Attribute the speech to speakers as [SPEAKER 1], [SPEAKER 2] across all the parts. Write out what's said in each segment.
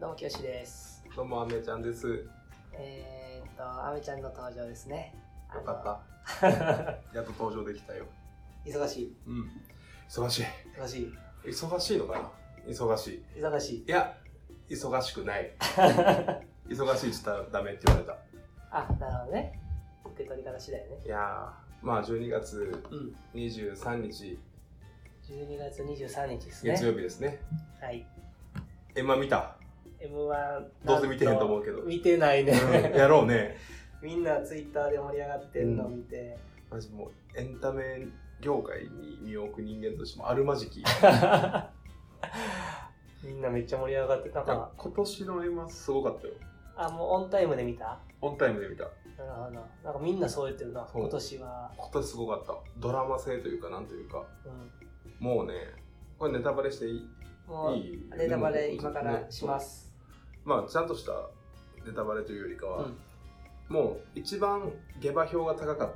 [SPEAKER 1] どうも、きよしです。
[SPEAKER 2] どうも、あめちゃんです。よ
[SPEAKER 1] えー、っと、あめちゃんの登場ですね。
[SPEAKER 2] か
[SPEAKER 1] った。
[SPEAKER 2] った。やっと登場できたよ。
[SPEAKER 1] 忙しい、
[SPEAKER 2] うん。忙しい。
[SPEAKER 1] 忙しい、
[SPEAKER 2] 忙しいのかな忙しい。い
[SPEAKER 1] 忙しい。
[SPEAKER 2] や、忙しくない。忙しいって言ったらダメって言われた。
[SPEAKER 1] あ、なるほどね。受け取り方次第ね。
[SPEAKER 2] いやー、まあ12月
[SPEAKER 1] うん。
[SPEAKER 2] 23日、
[SPEAKER 1] 12月23日ですね。
[SPEAKER 2] 月曜日ですね。
[SPEAKER 1] はい。
[SPEAKER 2] え、ま見た
[SPEAKER 1] M1。
[SPEAKER 2] どうせ見てへんと思うけど
[SPEAKER 1] 見てない
[SPEAKER 2] うん
[SPEAKER 1] ね。
[SPEAKER 2] やろうね。
[SPEAKER 1] みんなツイッターで盛り上がってんの見 て。
[SPEAKER 2] マジもう、エンタメ業界に身を置く人間としてもあるまじき。 い
[SPEAKER 1] みんなめっちゃ盛り上がって、なん
[SPEAKER 2] や
[SPEAKER 1] か、
[SPEAKER 2] 今年の今すごかったよ。
[SPEAKER 1] あ、もうオンタイムで見た
[SPEAKER 2] オンタイムで見た。
[SPEAKER 1] なるほど。なんかみんなそう言ってるな、
[SPEAKER 2] そう
[SPEAKER 1] 今年は。
[SPEAKER 2] 今年すごかった。ドラマ性というか、なんというか。
[SPEAKER 1] うん。
[SPEAKER 2] もうね、これネタバレしていい
[SPEAKER 1] も、
[SPEAKER 2] いうい。
[SPEAKER 1] ネタバレ今からしますす。
[SPEAKER 2] まあ、ちゃんとしたネタバレというよりか
[SPEAKER 1] う
[SPEAKER 2] は、
[SPEAKER 1] ん。
[SPEAKER 2] もう一番下馬評が高かっ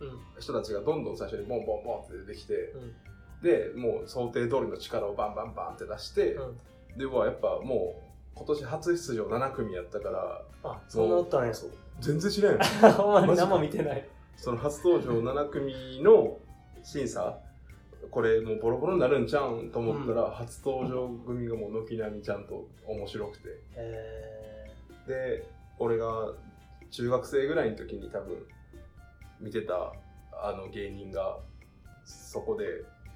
[SPEAKER 1] うん。
[SPEAKER 2] た人たちがどんどん最初にボンボンボンって出てきて、
[SPEAKER 1] うん。
[SPEAKER 2] で、もう想定通りの力をバンバンバンって出して、
[SPEAKER 1] うん。
[SPEAKER 2] で、もうやっぱもう今年初出場7組やったから、
[SPEAKER 1] あ、そんなおったんや。
[SPEAKER 2] そう全然知らんよ。
[SPEAKER 1] ほんまに何も見てない。
[SPEAKER 2] その初登場7組の審査これもうボロボロになるんちゃうんと思ったら、初登場組がもう軒並みちゃんと面白くて
[SPEAKER 1] え
[SPEAKER 2] で俺が中学生ぐらいの時に多分見てたあの芸人がそこで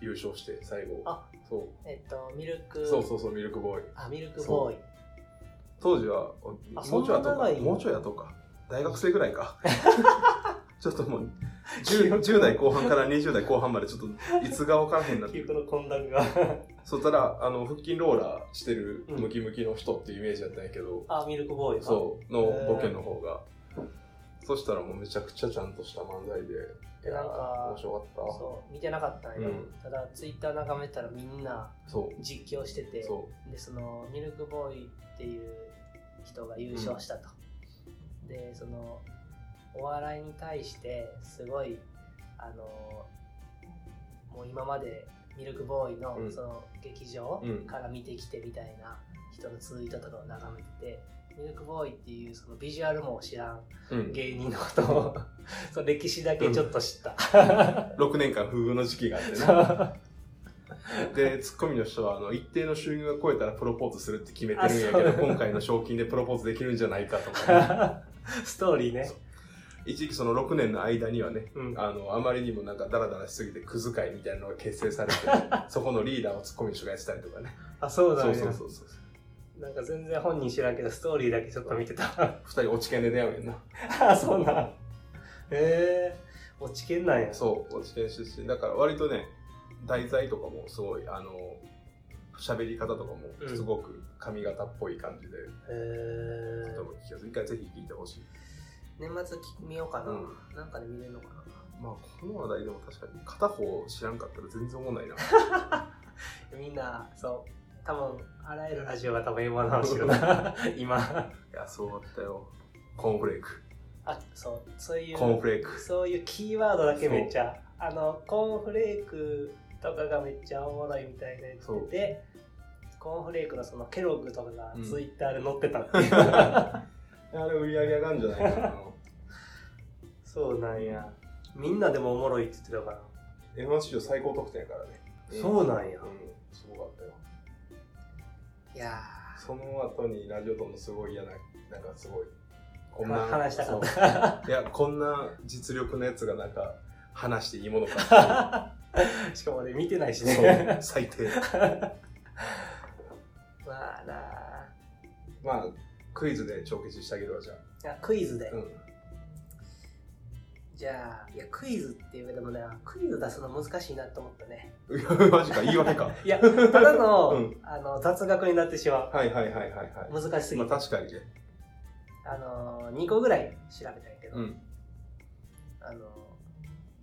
[SPEAKER 2] 優勝して最後
[SPEAKER 1] あ
[SPEAKER 2] そ
[SPEAKER 1] ー、えっと、ミル
[SPEAKER 2] う
[SPEAKER 1] ク、
[SPEAKER 2] そうそうそうミルクボーイ
[SPEAKER 1] あ、ミルクボーイ。
[SPEAKER 2] 当時は
[SPEAKER 1] あ
[SPEAKER 2] もうちょい
[SPEAKER 1] そ
[SPEAKER 2] 後
[SPEAKER 1] んな長
[SPEAKER 2] か
[SPEAKER 1] い
[SPEAKER 2] もうちょい後か大学生ぐら いかちょっともう 10, 10代後半から20代後半までちょっといつが分からへんなって
[SPEAKER 1] 記憶の混乱が。
[SPEAKER 2] そしたらあの腹筋ローラーしてる
[SPEAKER 1] うん
[SPEAKER 2] ムキムキの人っていうイメージだったんやけど、
[SPEAKER 1] あ、ミルクボーイか。
[SPEAKER 2] そうの
[SPEAKER 1] へー
[SPEAKER 2] ボケの方が、そしたらもうめちゃくちゃちゃんとした漫才でいや
[SPEAKER 1] なんか
[SPEAKER 2] ー面白かった
[SPEAKER 1] そう見てなかったんよ、
[SPEAKER 2] うん
[SPEAKER 1] ただツイッター眺めたらみんな
[SPEAKER 2] そう
[SPEAKER 1] 実況してて
[SPEAKER 2] そ
[SPEAKER 1] でそのミルクボーイっていう人が優勝したと、でそのお笑いに対してすごいあのもう今までミルクボーイの
[SPEAKER 2] うん
[SPEAKER 1] その劇場
[SPEAKER 2] うん
[SPEAKER 1] から見てきてみたいな人のツイートとかを眺めてて、ミルクボーイっていうそのビジュアルも知らん
[SPEAKER 2] う、うん、
[SPEAKER 1] 芸人のことを その歴史だけちょっと知った、
[SPEAKER 2] 6年間不遇の時期があってね
[SPEAKER 1] あ
[SPEAKER 2] でツッコミの人はあの一定の収入が超えたらプロポーズするって決めてるんやけ
[SPEAKER 1] あ
[SPEAKER 2] ど
[SPEAKER 1] そう
[SPEAKER 2] 今回の賞金でプロポーズできるんじゃないかと か
[SPEAKER 1] ストーリーね
[SPEAKER 2] そ。一時期その6年の間にはね
[SPEAKER 1] うん
[SPEAKER 2] あのあまりにもなんかダラダラしすぎてクズ会みたいなのが結成 されてそこのリーダーをツッコミの人がやってたりとかね
[SPEAKER 1] あ、そうだ
[SPEAKER 2] そう
[SPEAKER 1] ね。
[SPEAKER 2] そうそうそう
[SPEAKER 1] なんか全然本人知らんけど、ストーリーだけちょっと見てた。
[SPEAKER 2] 2人落ち券で出会うやんな
[SPEAKER 1] あ、 そうなん。へえ落ちけんなんや。
[SPEAKER 2] そう落ち券出身だから割とね題材とかもすごいあの喋り方とかもすごく髪型っぽい感じで、
[SPEAKER 1] へえ
[SPEAKER 2] とても聞きやすい一回ぜひ聞いてほしい
[SPEAKER 1] 年末見ようかな。
[SPEAKER 2] うん
[SPEAKER 1] なんかで見れるのかな。
[SPEAKER 2] まあこの話題でも確かに片方知らんかったら全然思わな いな
[SPEAKER 1] みんな、そう。多分あらゆるラジオが多分 M1 の話よ な。今。
[SPEAKER 2] いやそうだったよコーンフレーク
[SPEAKER 1] あ、そう。そういう。
[SPEAKER 2] コーンフレーク
[SPEAKER 1] そういうキーワードだけめっちゃあのコーンフレークとかがめっちゃおもろいみたいなやつ
[SPEAKER 2] そう
[SPEAKER 1] でコーンフレークのそのケロッグとかが
[SPEAKER 2] うん
[SPEAKER 1] ツイッターで載ってたっていう、
[SPEAKER 2] あれ売り上げ上がるんじゃないかな
[SPEAKER 1] そうなんやみんなでもおもろいって言ってたから
[SPEAKER 2] M1 史上最高得点やからね
[SPEAKER 1] そうなんや
[SPEAKER 2] うん、すごかったよ
[SPEAKER 1] いや
[SPEAKER 2] その後にラジオとのすごい嫌ななんかすごいこ
[SPEAKER 1] まあ話したかった
[SPEAKER 2] いやこんな実力のやつがなんか話していいも のか
[SPEAKER 1] ー しかも俺見てないし
[SPEAKER 2] っていうそ
[SPEAKER 1] ね
[SPEAKER 2] う最低
[SPEAKER 1] まあなあ
[SPEAKER 2] まあクイズで帳消ししてあげるわじゃ
[SPEAKER 1] い
[SPEAKER 2] あ
[SPEAKER 1] やクイズで、
[SPEAKER 2] うん
[SPEAKER 1] じゃあいやクイズっていうけどもねクイズ出すの難しいなと思ったね
[SPEAKER 2] いや マジか言い訳か
[SPEAKER 1] いやただの,、
[SPEAKER 2] うん
[SPEAKER 1] あの雑学になってしまう
[SPEAKER 2] はいはいはいはいはい
[SPEAKER 1] 難しすぎ
[SPEAKER 2] ま
[SPEAKER 1] て
[SPEAKER 2] あ確かにね。
[SPEAKER 1] あのー、2個ぐらい調べたんやけど、
[SPEAKER 2] うん。
[SPEAKER 1] あの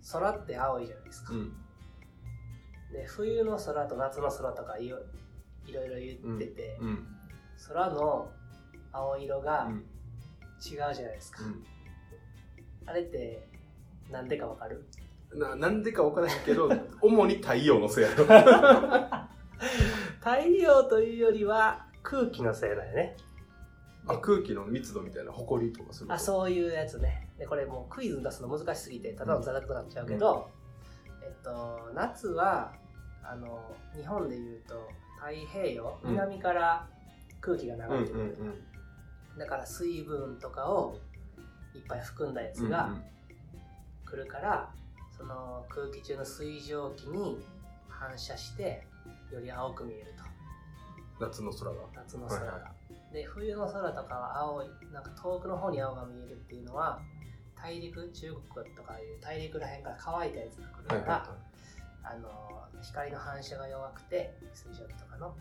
[SPEAKER 1] ー空って青いじゃないですか、
[SPEAKER 2] うん。
[SPEAKER 1] で冬の空と夏の空とかいろいろいろ言ってて、
[SPEAKER 2] うん。
[SPEAKER 1] 空の青色
[SPEAKER 2] う
[SPEAKER 1] が
[SPEAKER 2] ん。
[SPEAKER 1] 違うじゃないですか、あれってなんでかわかる
[SPEAKER 2] うんな、なんでかわからへん けど、主に太陽のせいやろ。
[SPEAKER 1] 太陽というよりは空気のせいだよね
[SPEAKER 2] あ空気の密度みたいなホコリとかする
[SPEAKER 1] あそういうやつねでこれもうクイズ出すの難しすぎてただの座学になっちゃうけど、えっと夏はあの日本でいうと太平洋
[SPEAKER 2] うん
[SPEAKER 1] 南から空気が
[SPEAKER 2] うんう
[SPEAKER 1] 流
[SPEAKER 2] ん
[SPEAKER 1] れてくる、だから水分とかをいっぱい含んだや
[SPEAKER 2] うん
[SPEAKER 1] つが来るから、その空気中の水蒸気に反射してより青く見えると
[SPEAKER 2] 夏の空が
[SPEAKER 1] 夏の空が、
[SPEAKER 2] はいは
[SPEAKER 1] で冬の空とかは青いなんか遠くの方に青が見えるっていうのは大陸中国とかいう大陸らへんから乾いたやつが来るから、あの光の反射が弱くて水蒸気とかの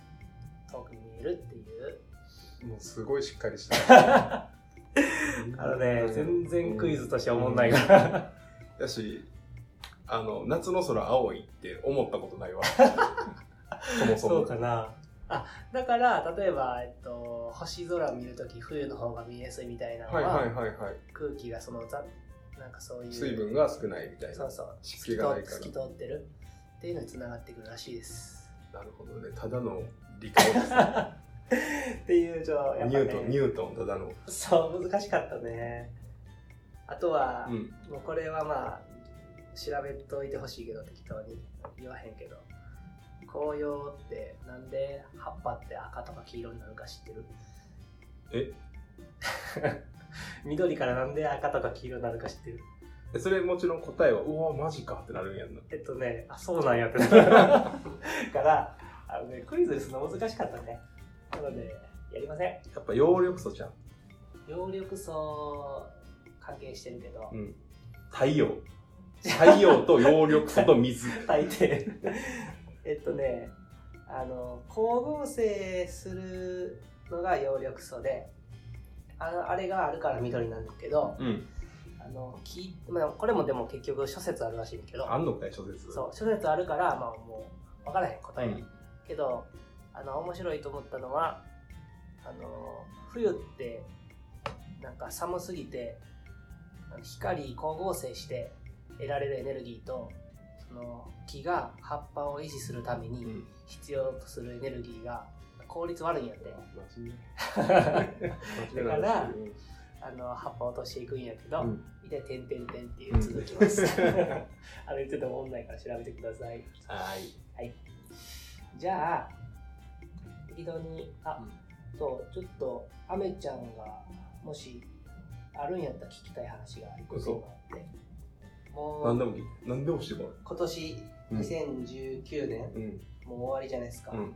[SPEAKER 1] 遠くに見えるっていう
[SPEAKER 2] もうすごいしっかりした。
[SPEAKER 1] あのね全然クイズとしてはおもんないか
[SPEAKER 2] から。だし、あの、夏の空青いって思ったこ とないわ。そ もそも。
[SPEAKER 1] なあだから例えば、えっと、星空を見るとき冬の方が見えやすいみたいなの
[SPEAKER 2] は
[SPEAKER 1] は、
[SPEAKER 2] いはいはいはい。
[SPEAKER 1] 空気がそのざなんかそういう
[SPEAKER 2] 水分が少ないみたい
[SPEAKER 1] そ
[SPEAKER 2] な
[SPEAKER 1] う。そう透き
[SPEAKER 2] 湿気
[SPEAKER 1] 通
[SPEAKER 2] がない
[SPEAKER 1] っ
[SPEAKER 2] から
[SPEAKER 1] 透き通ってるっていうのにつながってくるらしいです
[SPEAKER 2] なるほどね。ただの理 科ですね。
[SPEAKER 1] っていうじゃあやっ
[SPEAKER 2] ニ
[SPEAKER 1] ぱ、
[SPEAKER 2] ュ
[SPEAKER 1] ね、
[SPEAKER 2] ートン、ニュートン、ただの。
[SPEAKER 1] そう難しかったねあとは、
[SPEAKER 2] うん。
[SPEAKER 1] もうこれはまあ調べといてほしいけど適当に言わへんけど紅葉ってなんで葉っぱって赤とか黄色になるか知ってる
[SPEAKER 2] え
[SPEAKER 1] 緑からなんで赤とか黄色になるか知ってる
[SPEAKER 2] えそれもちろん答えは、うわ、マジかってなるんやんな。
[SPEAKER 1] えっとねあそうなんや ってなるからあの、ね、クイズでするの難しかったねなのでやりません
[SPEAKER 2] やっぱ葉緑素じゃん。
[SPEAKER 1] 葉緑素関係してるけど、
[SPEAKER 2] うん。太陽。太陽と葉緑素と水。
[SPEAKER 1] 大抵 えっとねあの光合成するのが葉緑素であのあれがあるから緑なんだけど
[SPEAKER 2] うん。
[SPEAKER 1] あの木、まあ、これもでも結局諸説あるらしいんだけど
[SPEAKER 2] あんのかい、諸説。
[SPEAKER 1] そう諸説あるから、まあ、もう分からへん答えが、
[SPEAKER 2] うん
[SPEAKER 1] けどあの面白いと思ったのはあの冬ってなんか寒すぎてあの光光合成して得られるエネルギーとその木が葉っぱを維持するため
[SPEAKER 2] う
[SPEAKER 1] に
[SPEAKER 2] ん。
[SPEAKER 1] 必要とするエネルギーが効率悪いんや って
[SPEAKER 2] 真面目
[SPEAKER 1] だからあの葉っぱを落としていくんやけど、
[SPEAKER 2] うん
[SPEAKER 1] いててんてんてんっていう続き ます、あれ言っててもないから調べてください
[SPEAKER 2] はい。
[SPEAKER 1] じゃあ適当にあ、そうちょっとアメちゃんがもしあるんやったら聞きたい話が一個
[SPEAKER 2] 嘘
[SPEAKER 1] 今あっても
[SPEAKER 2] 何
[SPEAKER 1] う
[SPEAKER 2] でもいい。何でもしてもらう。
[SPEAKER 1] 今年
[SPEAKER 2] うん
[SPEAKER 1] 2019年、
[SPEAKER 2] うん。
[SPEAKER 1] もう終わりじゃないですか、
[SPEAKER 2] う
[SPEAKER 1] ちょ
[SPEAKER 2] ん。
[SPEAKER 1] っと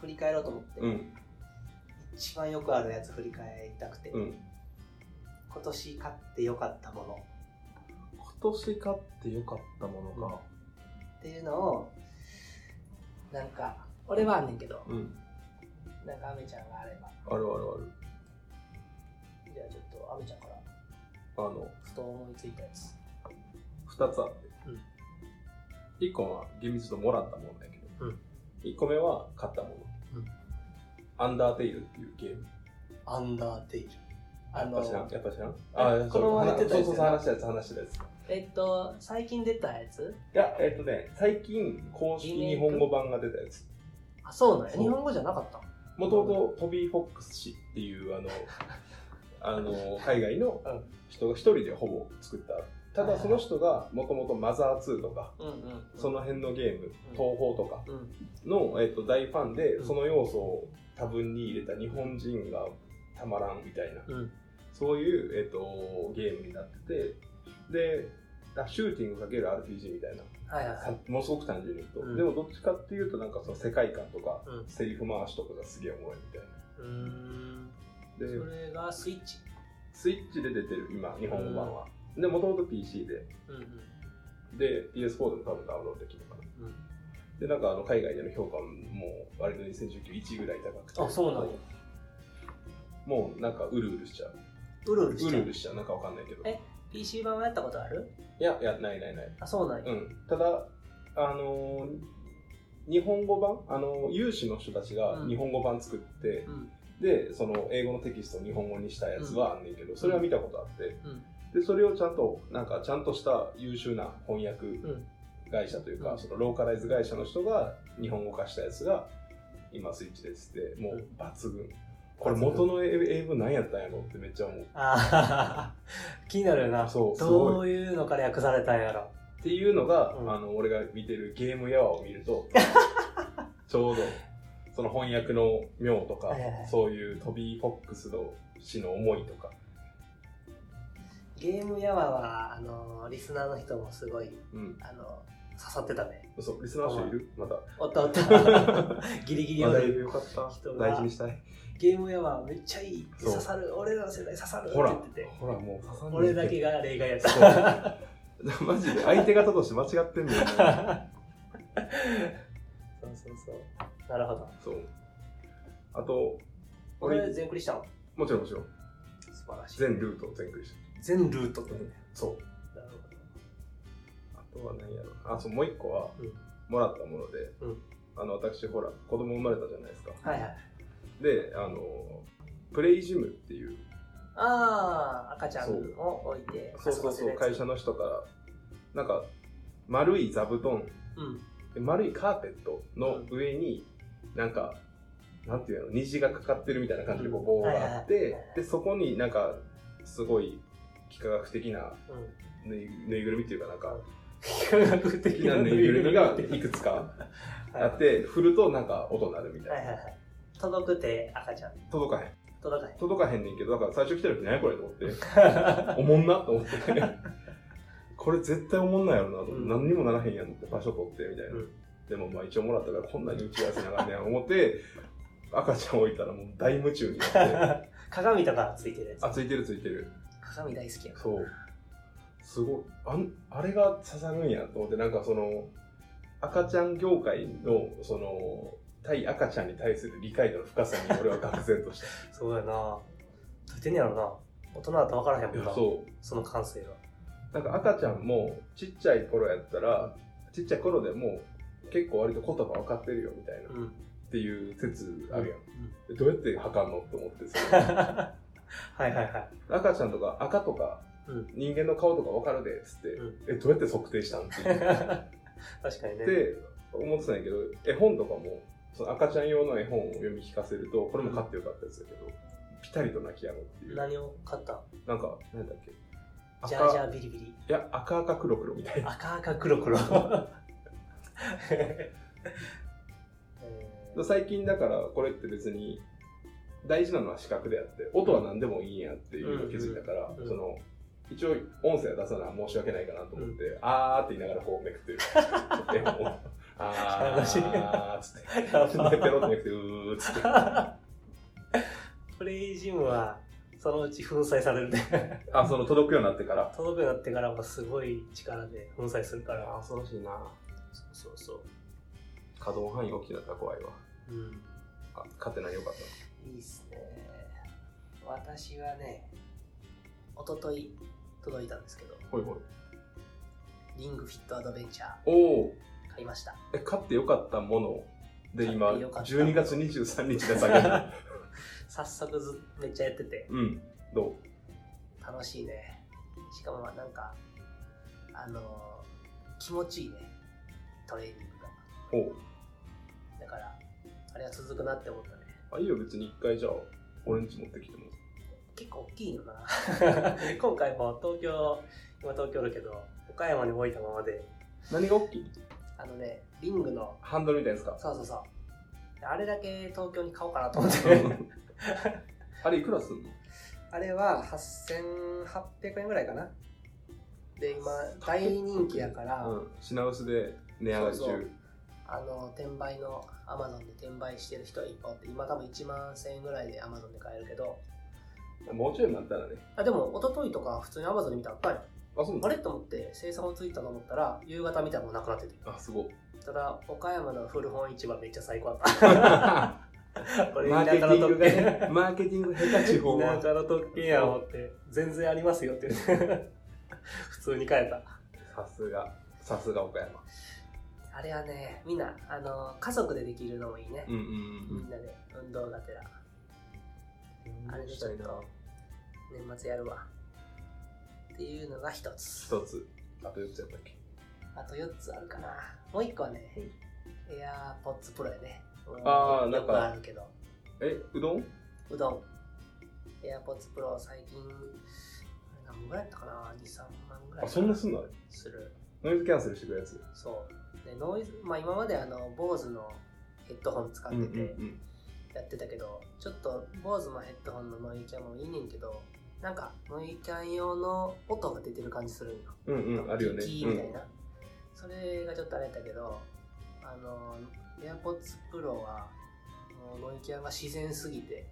[SPEAKER 1] 振り返ろうと思って、
[SPEAKER 2] うん。
[SPEAKER 1] 一番よくあるやつ振り返りたくて、
[SPEAKER 2] うん。
[SPEAKER 1] 今年買ってよかったもの
[SPEAKER 2] 今年買ってよかったものか。
[SPEAKER 1] っていうのをなんか俺はあんねんけど
[SPEAKER 2] うん。
[SPEAKER 1] なんかアメちゃんがあれば
[SPEAKER 2] あるあるある。
[SPEAKER 1] じゃあちょっとアメちゃんから
[SPEAKER 2] あの、
[SPEAKER 1] ふと思いついたやつ
[SPEAKER 2] 二つあって
[SPEAKER 1] うん。
[SPEAKER 2] 一個は厳密ともらったものだけ
[SPEAKER 1] う
[SPEAKER 2] ど
[SPEAKER 1] ん。
[SPEAKER 2] 一個目は買ったもの
[SPEAKER 1] うん。
[SPEAKER 2] アンダーテイルっていうゲーム。
[SPEAKER 1] アンダーテイルあ
[SPEAKER 2] やっぱ知ら
[SPEAKER 1] の
[SPEAKER 2] んやっぱ知らん
[SPEAKER 1] えこの前言ってた
[SPEAKER 2] そ
[SPEAKER 1] や
[SPEAKER 2] う
[SPEAKER 1] つ
[SPEAKER 2] そうそう、話したやつ、話したやつ。
[SPEAKER 1] えっと最近出たやつ
[SPEAKER 2] いや、えっとね、最近公式日本語版が出たやつ。
[SPEAKER 1] あそうなんや
[SPEAKER 2] そう
[SPEAKER 1] 日本語じゃなかったの
[SPEAKER 2] もともとトビー・フォックス氏っていうあ のあの海外の
[SPEAKER 1] うん
[SPEAKER 2] 人が一人でほぼ作った。た
[SPEAKER 1] は
[SPEAKER 2] だ
[SPEAKER 1] いはい
[SPEAKER 2] その人がもともとマザー2とか、
[SPEAKER 1] うんうん
[SPEAKER 2] その辺のゲーム、東宝とか
[SPEAKER 1] うん
[SPEAKER 2] の、えっと、大ファンで、
[SPEAKER 1] うん
[SPEAKER 2] その要素を多分に入れた日本人がたまらんみたいな、
[SPEAKER 1] うん
[SPEAKER 2] そういう、えっと、ゲームになってて、で、あシューティングかける RPG みたいな。
[SPEAKER 1] はいはいは
[SPEAKER 2] さ
[SPEAKER 1] い
[SPEAKER 2] ものすごく単純に言うと、
[SPEAKER 1] うん
[SPEAKER 2] でもどっちかっていうとなんかその世界観とか、
[SPEAKER 1] うん
[SPEAKER 2] セリフ回しとかがすげえおもろいみたいな
[SPEAKER 1] うーんそ
[SPEAKER 2] で
[SPEAKER 1] れがスイッチ
[SPEAKER 2] スイッチで出てる今日本語版は、でもともと PC で
[SPEAKER 1] うんうん
[SPEAKER 2] で PS4 でも多分ダウンロードできるのかな
[SPEAKER 1] うん
[SPEAKER 2] でなんかあの海外での評価も割と2019 1ぐらい高くて
[SPEAKER 1] あそうなんや
[SPEAKER 2] もうなんかうるうるしちゃう
[SPEAKER 1] うるう
[SPEAKER 2] う
[SPEAKER 1] るしちゃ
[SPEAKER 2] るう
[SPEAKER 1] う
[SPEAKER 2] るしちゃうなんかわかんないけど
[SPEAKER 1] え PC 版はやったことある
[SPEAKER 2] いやいやないないない
[SPEAKER 1] あそうなん
[SPEAKER 2] う
[SPEAKER 1] や
[SPEAKER 2] んただあのー日本語版あのー有志の人たちが日本語版作って、
[SPEAKER 1] うん
[SPEAKER 2] でその英語のテキストを日本語にしたやつはあんねんけど、それは見たことあって
[SPEAKER 1] うん
[SPEAKER 2] でそれをちゃんとなんかちゃんとした優秀な翻訳
[SPEAKER 1] うん
[SPEAKER 2] 会社というか、
[SPEAKER 1] うん
[SPEAKER 2] そのローカライズ会社の人が日本語化したやつが今スイッチですってもう抜群、これ元の英文何やったんやろってめっちゃ思う。
[SPEAKER 1] あー気になるよな
[SPEAKER 2] そうすごい
[SPEAKER 1] どういうのから訳されたんやろ
[SPEAKER 2] っていうのが、
[SPEAKER 1] うん
[SPEAKER 2] あの俺が見てるゲームやわを見る とちょうどその翻訳の妙とか、
[SPEAKER 1] はいはいはい
[SPEAKER 2] そういうトビー・フォックスの詩の思いとか、
[SPEAKER 1] ゲームやわはあのリスナーの人もすごい
[SPEAKER 2] うん、
[SPEAKER 1] あの刺さってたね
[SPEAKER 2] そうリスナー人いるまた
[SPEAKER 1] おったおったギリギリ
[SPEAKER 2] あ
[SPEAKER 1] ま
[SPEAKER 2] だ
[SPEAKER 1] で
[SPEAKER 2] いぶよかった
[SPEAKER 1] 人が
[SPEAKER 2] 大事にしたい
[SPEAKER 1] ゲームやわめっちゃいい
[SPEAKER 2] そう
[SPEAKER 1] 刺さる俺らの世代刺さるって
[SPEAKER 2] ほ
[SPEAKER 1] 言
[SPEAKER 2] ら
[SPEAKER 1] ってて
[SPEAKER 2] ほらもう刺さんで
[SPEAKER 1] 俺だけが例外やっ
[SPEAKER 2] そう
[SPEAKER 1] た
[SPEAKER 2] マジで相手方として間違ってんのよ
[SPEAKER 1] そうそうそうなるほど
[SPEAKER 2] そうあと
[SPEAKER 1] こ
[SPEAKER 2] 俺
[SPEAKER 1] れ全クリしたの
[SPEAKER 2] もちろんもちろん
[SPEAKER 1] 素晴らしい
[SPEAKER 2] 全ルートを全クリした
[SPEAKER 1] 全ルートってことね
[SPEAKER 2] そう
[SPEAKER 1] なる
[SPEAKER 2] あとは何やろあそうもう一個は
[SPEAKER 1] うん
[SPEAKER 2] もらったもので、
[SPEAKER 1] うん
[SPEAKER 2] あの私ほら子供生まれたじゃないですか
[SPEAKER 1] ほどはいはい
[SPEAKER 2] であのプレイジムっていう
[SPEAKER 1] ああ赤ちゃんを置いて
[SPEAKER 2] そうそうそ
[SPEAKER 1] 遊
[SPEAKER 2] う
[SPEAKER 1] ばせる
[SPEAKER 2] 会
[SPEAKER 1] やつ
[SPEAKER 2] 社の人からなんか丸い座布団
[SPEAKER 1] うん
[SPEAKER 2] で丸いカーペットの上になんかなんていうの虹がかかってるみたいな感じでこ
[SPEAKER 1] うん
[SPEAKER 2] う棒があっ
[SPEAKER 1] はいはい
[SPEAKER 2] て
[SPEAKER 1] はい
[SPEAKER 2] でそこになんかすごい幾何学的な
[SPEAKER 1] うん
[SPEAKER 2] ぬいぬいぐるみっていうかなんか
[SPEAKER 1] 科学的
[SPEAKER 2] 的なぬいぐるみがいく つかあって振るとなんか音鳴るみた
[SPEAKER 1] はい
[SPEAKER 2] い
[SPEAKER 1] はいは
[SPEAKER 2] ない
[SPEAKER 1] 届くて赤ちゃん
[SPEAKER 2] 届かへん
[SPEAKER 1] 届かへん
[SPEAKER 2] 届かへんねんけどだから最初来た時何やこれと思って おもんなと思ってこれ絶対おもんないやろなと、
[SPEAKER 1] うん
[SPEAKER 2] 何にもならへんやんって場所取ってみたいな、
[SPEAKER 1] うん
[SPEAKER 2] でもまあ一応もらったからこんなに打ち合わせながらね思って赤ちゃん置いたらもう大夢中にな って
[SPEAKER 1] 鏡とかついてるや
[SPEAKER 2] あついてるついてる
[SPEAKER 1] つ鏡大好きやから
[SPEAKER 2] そうすごいあんあれが刺さるんやと思ってなんかその赤ちゃん業界のその対赤ちゃんに対する理解度の深さに俺は愕然とした
[SPEAKER 1] そうやなどうやってんやろな大人だと分からへん
[SPEAKER 2] い
[SPEAKER 1] もん
[SPEAKER 2] や
[SPEAKER 1] な
[SPEAKER 2] そう
[SPEAKER 1] その感性は
[SPEAKER 2] なんか赤ちゃんもちっちゃい頃やったらちっちゃい頃でも結構割と言葉分かってるよみたいな、っ
[SPEAKER 1] ん
[SPEAKER 2] ていう説あるやん、
[SPEAKER 1] うん
[SPEAKER 2] でどうやって測んのと思って
[SPEAKER 1] は
[SPEAKER 2] さ
[SPEAKER 1] いはい はい
[SPEAKER 2] 赤ちゃんとか赤とか
[SPEAKER 1] うん
[SPEAKER 2] 人間の顔とか分かるでっつって、
[SPEAKER 1] う
[SPEAKER 2] えどうやって測定したんって言っ
[SPEAKER 1] 確かにね
[SPEAKER 2] て思ってたんやけど絵本とかもその赤ちゃん用の絵本を読み聞かせるとこれも買ってよかったやつだけど、ピタリと泣きやむっていうなん
[SPEAKER 1] 何を買ったん
[SPEAKER 2] か何だっけ
[SPEAKER 1] ジ
[SPEAKER 2] 赤
[SPEAKER 1] ャージャービリビ リ
[SPEAKER 2] いや赤赤黒黒みたいな
[SPEAKER 1] 赤赤黒 黒えー
[SPEAKER 2] 最近だからこれって別に大事なのは視覚であって音は何でもいいんやっていうのを気づいたから、
[SPEAKER 1] うんうんうん
[SPEAKER 2] その一応音声は出さな申し訳ないかなと思って、あーって言いながらこうめくってるで もあ
[SPEAKER 1] 悲しい
[SPEAKER 2] ーっつって
[SPEAKER 1] やば
[SPEAKER 2] でペロってめくってうーっつって
[SPEAKER 1] プレイジムはそのうち粉砕される ね
[SPEAKER 2] あその届くようになってから
[SPEAKER 1] 届くようになってからはすごい力で粉砕するから
[SPEAKER 2] 恐ろしいな
[SPEAKER 1] そうそう
[SPEAKER 2] 可動範囲大きくなったら怖いわ
[SPEAKER 1] そううん
[SPEAKER 2] あ勝てないよかった
[SPEAKER 1] いいっすね私はね一昨日届いたんですけど
[SPEAKER 2] ほいほい
[SPEAKER 1] リングフィットアドベンチャー
[SPEAKER 2] おお
[SPEAKER 1] 買いました
[SPEAKER 2] え勝ってよかったもので
[SPEAKER 1] 勝
[SPEAKER 2] 今
[SPEAKER 1] ってよかった
[SPEAKER 2] 12月23日で下げ る
[SPEAKER 1] 早速ずめっちゃやってて
[SPEAKER 2] うんどう
[SPEAKER 1] 楽しいねしかもまあなんかあのー気持ちいいねトレーニングが
[SPEAKER 2] おう
[SPEAKER 1] だからあれは続くなって思ったね
[SPEAKER 2] あ、いいよ、別に一回じゃあ、俺んち持ってきても。
[SPEAKER 1] 結構大きいよな今回も東京今東京だけど岡山に置いたままで
[SPEAKER 2] 何が大きい
[SPEAKER 1] あのねリングの
[SPEAKER 2] ハンドルみたいですか
[SPEAKER 1] そうそうそうあれだけ東京に買おうかなと思って
[SPEAKER 2] あれ、いくらすんの
[SPEAKER 1] あれは8800円ぐらいかなで今大人気だから、
[SPEAKER 2] うん。品薄で値上がり
[SPEAKER 1] そうそう
[SPEAKER 2] 中。
[SPEAKER 1] あの転売のアマゾンで転売してる人は一本って今多分1万1000円ぐらいでアマゾンで買えるけど
[SPEAKER 2] もうちょいになったらね。
[SPEAKER 1] あでも一昨日とか普通にアマゾンで見たらあったんよ
[SPEAKER 2] あ、そうな
[SPEAKER 1] あ
[SPEAKER 2] の
[SPEAKER 1] れと思って生産をついたと思ったら夕方見たらもうなくなってて
[SPEAKER 2] あ、すごい。
[SPEAKER 1] ただ岡山の古本市場めっちゃ最高だっ
[SPEAKER 2] マ
[SPEAKER 1] たこれ
[SPEAKER 2] ー
[SPEAKER 1] 田
[SPEAKER 2] ケ
[SPEAKER 1] 舎
[SPEAKER 2] テ
[SPEAKER 1] の
[SPEAKER 2] ィング
[SPEAKER 1] 特
[SPEAKER 2] が
[SPEAKER 1] 権
[SPEAKER 2] ね、マーケティング下手地方は
[SPEAKER 1] 田。舎の特権や思って全然ありますよって 言って普通に買えた
[SPEAKER 2] さすが、さすが岡山。
[SPEAKER 1] あれはねみんなあの家族でできるのもいいね
[SPEAKER 2] う、んうんう
[SPEAKER 1] みん
[SPEAKER 2] ん
[SPEAKER 1] なで運動がてら
[SPEAKER 2] うん。
[SPEAKER 1] あれでちょっと年末やるわっていうのが一つ
[SPEAKER 2] 一つ。あと四つやったっけ
[SPEAKER 1] あと4つあるかなもう1個はね、エアーポッツプロやね
[SPEAKER 2] あーなんか
[SPEAKER 1] よくあるけど
[SPEAKER 2] え、うどん
[SPEAKER 1] うどん AirPods Pro 最近あれ何ぐらいだったかな23万ぐらい
[SPEAKER 2] あ、そんなすんのあれ
[SPEAKER 1] する
[SPEAKER 2] ノイズキャンセルしてくるやつ。
[SPEAKER 1] そうでノイズ、まあ、今まであの BOSE のヘッドホン使ってて、
[SPEAKER 2] ん。
[SPEAKER 1] やってたけどちょっと BOSE のヘッドホンのノイキャンもいいねんけどなんかノイキャン用の音が出てる感じするんよ、
[SPEAKER 2] うんうん、あるよね。
[SPEAKER 1] キーみたいな、それがちょっとあれだけどあの AirPods Pro はもうノイキャンが自然すぎて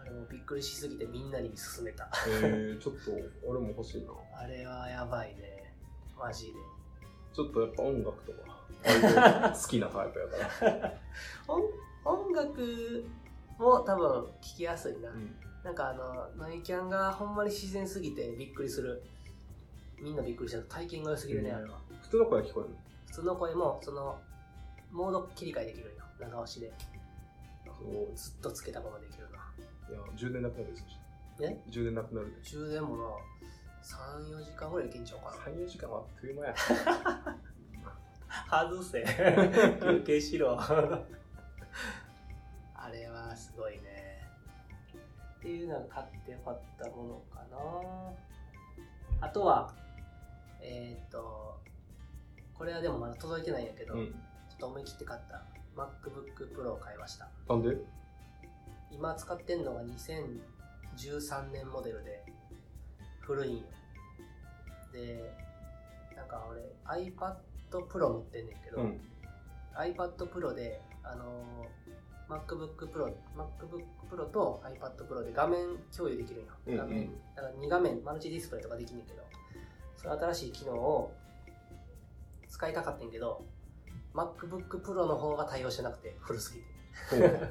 [SPEAKER 1] あれもびっくりしすぎてみんなに勧めた
[SPEAKER 2] うん、えー、ちょっと、俺も欲しいな。
[SPEAKER 1] あれはやばいねマジで
[SPEAKER 2] ちょっとやっぱ音楽と か、割と好きなタイプやから。
[SPEAKER 1] 音音楽も多分聞きやすいな、
[SPEAKER 2] うん
[SPEAKER 1] なんかあのノイキャンがほんまに自然すぎてびっくりするみんなびっくりした体験が良すぎるね、
[SPEAKER 2] うん
[SPEAKER 1] あれは
[SPEAKER 2] 普通の声は聞こえる
[SPEAKER 1] 普通の声もそのモード切り替えできるよ長押しで
[SPEAKER 2] の
[SPEAKER 1] ずっとつけたままできるない
[SPEAKER 2] や、充電なくなるでしょ。
[SPEAKER 1] え
[SPEAKER 2] 充電なくなるで。
[SPEAKER 1] 充電もな34時間ぐらいいけんちゃうか
[SPEAKER 2] 3、4時間はあっという間や。
[SPEAKER 1] な外 せ休憩しろ あれはすごいねっていうのが買ってよかったものかなあとはえっ、とこれはでもまだ届いてないんやけど、
[SPEAKER 2] うん。
[SPEAKER 1] ちょっと思い切って買った MacBook Pro を買いました。
[SPEAKER 2] なんで
[SPEAKER 1] 今使ってんのが2013年モデルで、古いんよ。で、なんか俺 iPad Pro 持ってんねんけど、
[SPEAKER 2] うん。
[SPEAKER 1] iPad Pro で、あのー MacBook Pro、MacBook Pro と iPad Pro で画面共有できるんよ。
[SPEAKER 2] うんうん
[SPEAKER 1] 画面、だから2画面、マルチディスプレイとかできんねんけど、その新しい機能を使いたかったんけど、MacBook Pro の方が対応してなくて、古すぎて。
[SPEAKER 2] そ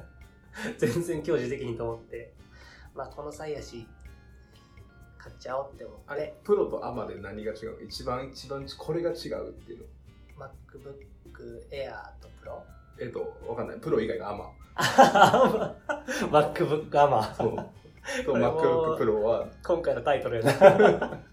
[SPEAKER 2] う
[SPEAKER 1] 全然享受できひんと思って、まあこの際やし、買っちゃおうって思って。
[SPEAKER 2] あれ、プロとアマで何が違うの一番一番これが違うっていうの。
[SPEAKER 1] MacBook Air と Pro?
[SPEAKER 2] えっ、と、わかんない。プロ以外がアマ。
[SPEAKER 1] MacBook Air。
[SPEAKER 2] そう。 と、
[SPEAKER 1] これも
[SPEAKER 2] MacBook Pro は、
[SPEAKER 1] 今回のタイトルやな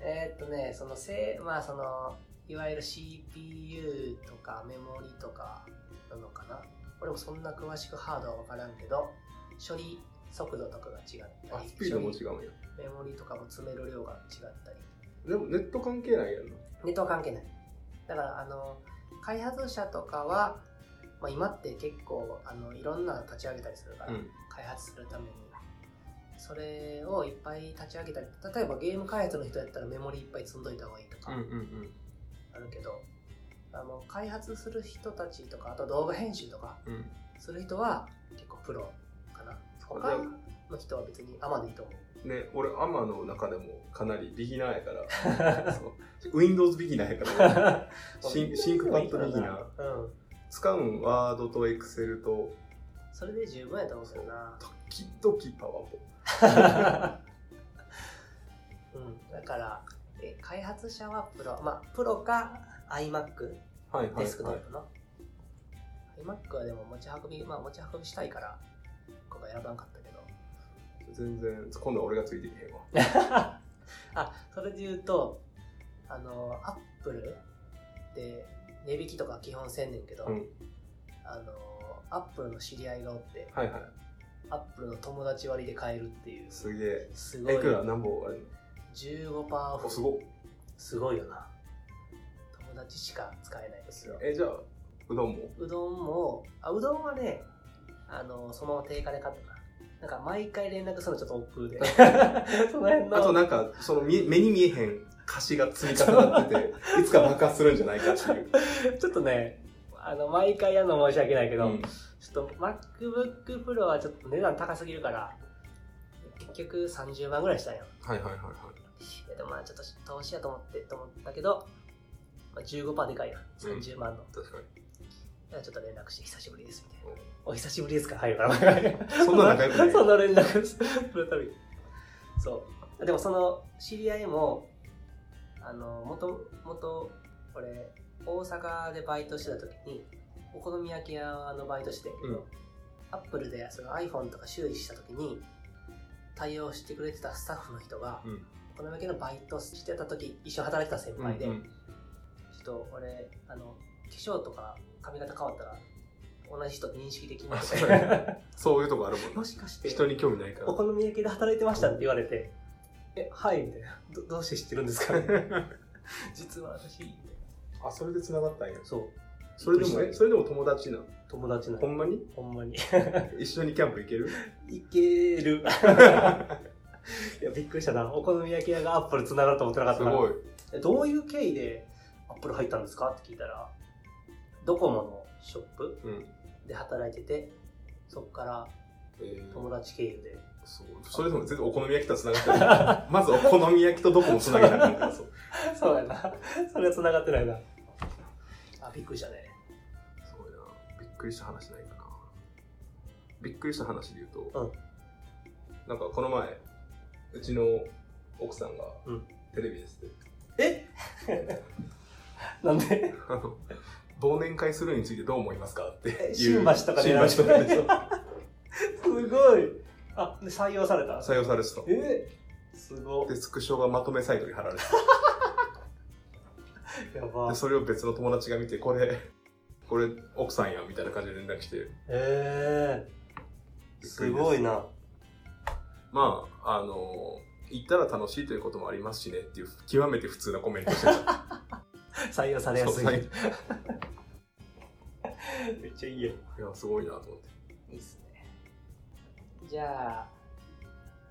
[SPEAKER 1] えーっとねそのせまあそのいわゆる CPU とかメモリとかなのかな俺もそんな詳しくハードは分からんけど処理速度とかが違った
[SPEAKER 2] あ
[SPEAKER 1] り、
[SPEAKER 2] スピードも
[SPEAKER 1] 処
[SPEAKER 2] 違うんや。
[SPEAKER 1] 理メモリとかも詰める量が違ったり
[SPEAKER 2] でもネット関係ないやんな。
[SPEAKER 1] ネットは関係ないだからあの開発者とかは、まあ、今って結構あのいろんなの立ち上げたりするから、
[SPEAKER 2] うん。
[SPEAKER 1] 開発するためにそれをいっぱい立ち上げたり例えばゲーム開発の人やったらメモリいっぱい積んどいた方がいいとか
[SPEAKER 2] うんうん
[SPEAKER 1] あるけど、あの開発する人たちとかあと動画編集とか
[SPEAKER 2] うん。うん。
[SPEAKER 1] する人は結構プロかな
[SPEAKER 2] そう
[SPEAKER 1] 他の人は別にアマでいいと思う
[SPEAKER 2] ね、俺、アマの中でもかなりビギナーやから、そう。Windows ビギナーやから、 シンシンクパッドビギナー。
[SPEAKER 1] うん
[SPEAKER 2] 使うんワードとエクセルと、
[SPEAKER 1] それで十分やと思うけど な
[SPEAKER 2] 時々パワポ。
[SPEAKER 1] うん、だからえ開発者はプロまあプロか iMac
[SPEAKER 2] はいはい、はい。
[SPEAKER 1] デスクトップの。iMac はでも持ち運び、まあ持ち運びしたいから、ここは選ばんかったけど。
[SPEAKER 2] 全然、今度は俺がついていけへんわ。
[SPEAKER 1] あ、それで言うと、あの、Apple で値引きとか基本せんねんけど、
[SPEAKER 2] うん
[SPEAKER 1] あの、Apple の知り合いがおって、
[SPEAKER 2] はいはい。
[SPEAKER 1] Apple の友達割で買えるっていう。
[SPEAKER 2] すげえ。
[SPEAKER 1] すごい。
[SPEAKER 2] え、いくら何本あれ
[SPEAKER 1] 15%オ
[SPEAKER 2] お、
[SPEAKER 1] フ。
[SPEAKER 2] すごっ
[SPEAKER 1] すごいよな。友達しか使えないですよ。
[SPEAKER 2] え、じゃあ、うどんも
[SPEAKER 1] うどんもあうどんはねあのそのまま定価で買ったななんか毎回連絡するのちょっと億劫 でその辺の
[SPEAKER 2] あとなんか、その見目に見えへん歌詞が積み重なってて、いつか爆発するんじゃないかっていう。
[SPEAKER 1] ちょっとねあの毎回やるの申し訳ないけど、
[SPEAKER 2] うん
[SPEAKER 1] ちょっと MacBook Pro はちょっと値段高すぎるから結局30万ぐらいしたんよ
[SPEAKER 2] はいはいはいはい。
[SPEAKER 1] いやでもまあちょっと投資やと思ってと思ったけど、まあ、15%でかいな30万の、
[SPEAKER 2] 確かに。
[SPEAKER 1] だからちょっと連絡して久しぶりですみたいな
[SPEAKER 2] うん
[SPEAKER 1] お久しぶりですか入るから。
[SPEAKER 2] そんな仲良くない
[SPEAKER 1] そんな連絡するたびに。そう。でもその知り合いも、あの、もともと、俺、大阪でバイトしてた時に、お好み焼き屋のバイトしてたんやけど、
[SPEAKER 2] うん
[SPEAKER 1] アップルでその iPhone とか修理した時に、対応してくれてたスタッフの人が、
[SPEAKER 2] うん
[SPEAKER 1] お好み焼きのバイトしてた時、一緒に働いてた先輩で、
[SPEAKER 2] うん
[SPEAKER 1] ちょっと俺、あの、化粧とか髪型変わったら、同じ人認識できな
[SPEAKER 2] あ
[SPEAKER 1] い
[SPEAKER 2] そうやねそういうとこあるもん
[SPEAKER 1] も
[SPEAKER 2] な
[SPEAKER 1] しかして
[SPEAKER 2] 人に興味ないか
[SPEAKER 1] お
[SPEAKER 2] ら
[SPEAKER 1] 好み焼きで働いてましたって言われて「えはい」みたいなど「どうして知ってるんですか?」 実は私」みたい
[SPEAKER 3] あそれで繋がったんや
[SPEAKER 1] なそう
[SPEAKER 2] それでもえそれでも友達なの
[SPEAKER 1] 友達な
[SPEAKER 2] ほ
[SPEAKER 1] の
[SPEAKER 2] んまに
[SPEAKER 1] ほんまに
[SPEAKER 2] 一緒にキャンプ行ける
[SPEAKER 1] いける いやびっくりしたなお好み焼き屋がアップルつながると思ってなかっ
[SPEAKER 2] す
[SPEAKER 1] たから
[SPEAKER 2] ごい
[SPEAKER 1] えどういう経緯でアップル入ったんですかって聞いたらドコモのショップ
[SPEAKER 2] うん
[SPEAKER 1] で働いててそっから
[SPEAKER 2] えー
[SPEAKER 1] 友達経由で
[SPEAKER 2] そうそれでも全然お好み焼きとはつながってないまずお好み焼きとどこもつなげなかった からそう
[SPEAKER 1] そうやな。 それは繋がってないな。あ、びっくりしたね。
[SPEAKER 2] すごいなびっくりした話ないかなびっくりした話で言うと、
[SPEAKER 1] うん
[SPEAKER 2] なんかこの前うちの奥さんが
[SPEAKER 1] うん
[SPEAKER 2] テレビですって、
[SPEAKER 1] えなんで
[SPEAKER 2] あの忘年会するについてどう思いますかっていう
[SPEAKER 1] え新橋とかでやられて
[SPEAKER 2] 新橋とかでそう
[SPEAKER 1] すごい。あ、で採用された。
[SPEAKER 2] 採用されてた
[SPEAKER 1] えすご
[SPEAKER 2] でスクショがまとめサイトに貼られて
[SPEAKER 1] い。や
[SPEAKER 2] た
[SPEAKER 1] ば
[SPEAKER 2] で。それを別の友達が見てこれこれ奥さんやみたいな感じで連絡来て
[SPEAKER 1] えー、すごいな。
[SPEAKER 2] まああの行ったら楽しいということもありますしねっていう極めて普通なコメントし てた
[SPEAKER 1] 採用されやすい。
[SPEAKER 2] そう採
[SPEAKER 1] めっちゃいいや。
[SPEAKER 2] いや、すごいなと思って。
[SPEAKER 1] いいっすね。じゃあ、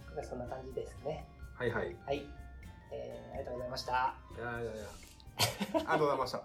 [SPEAKER 1] これはそんな感じですね。
[SPEAKER 2] はいはい。い
[SPEAKER 1] はい。えー、ありがとうございました。
[SPEAKER 2] やいやいや。ありがとうございました。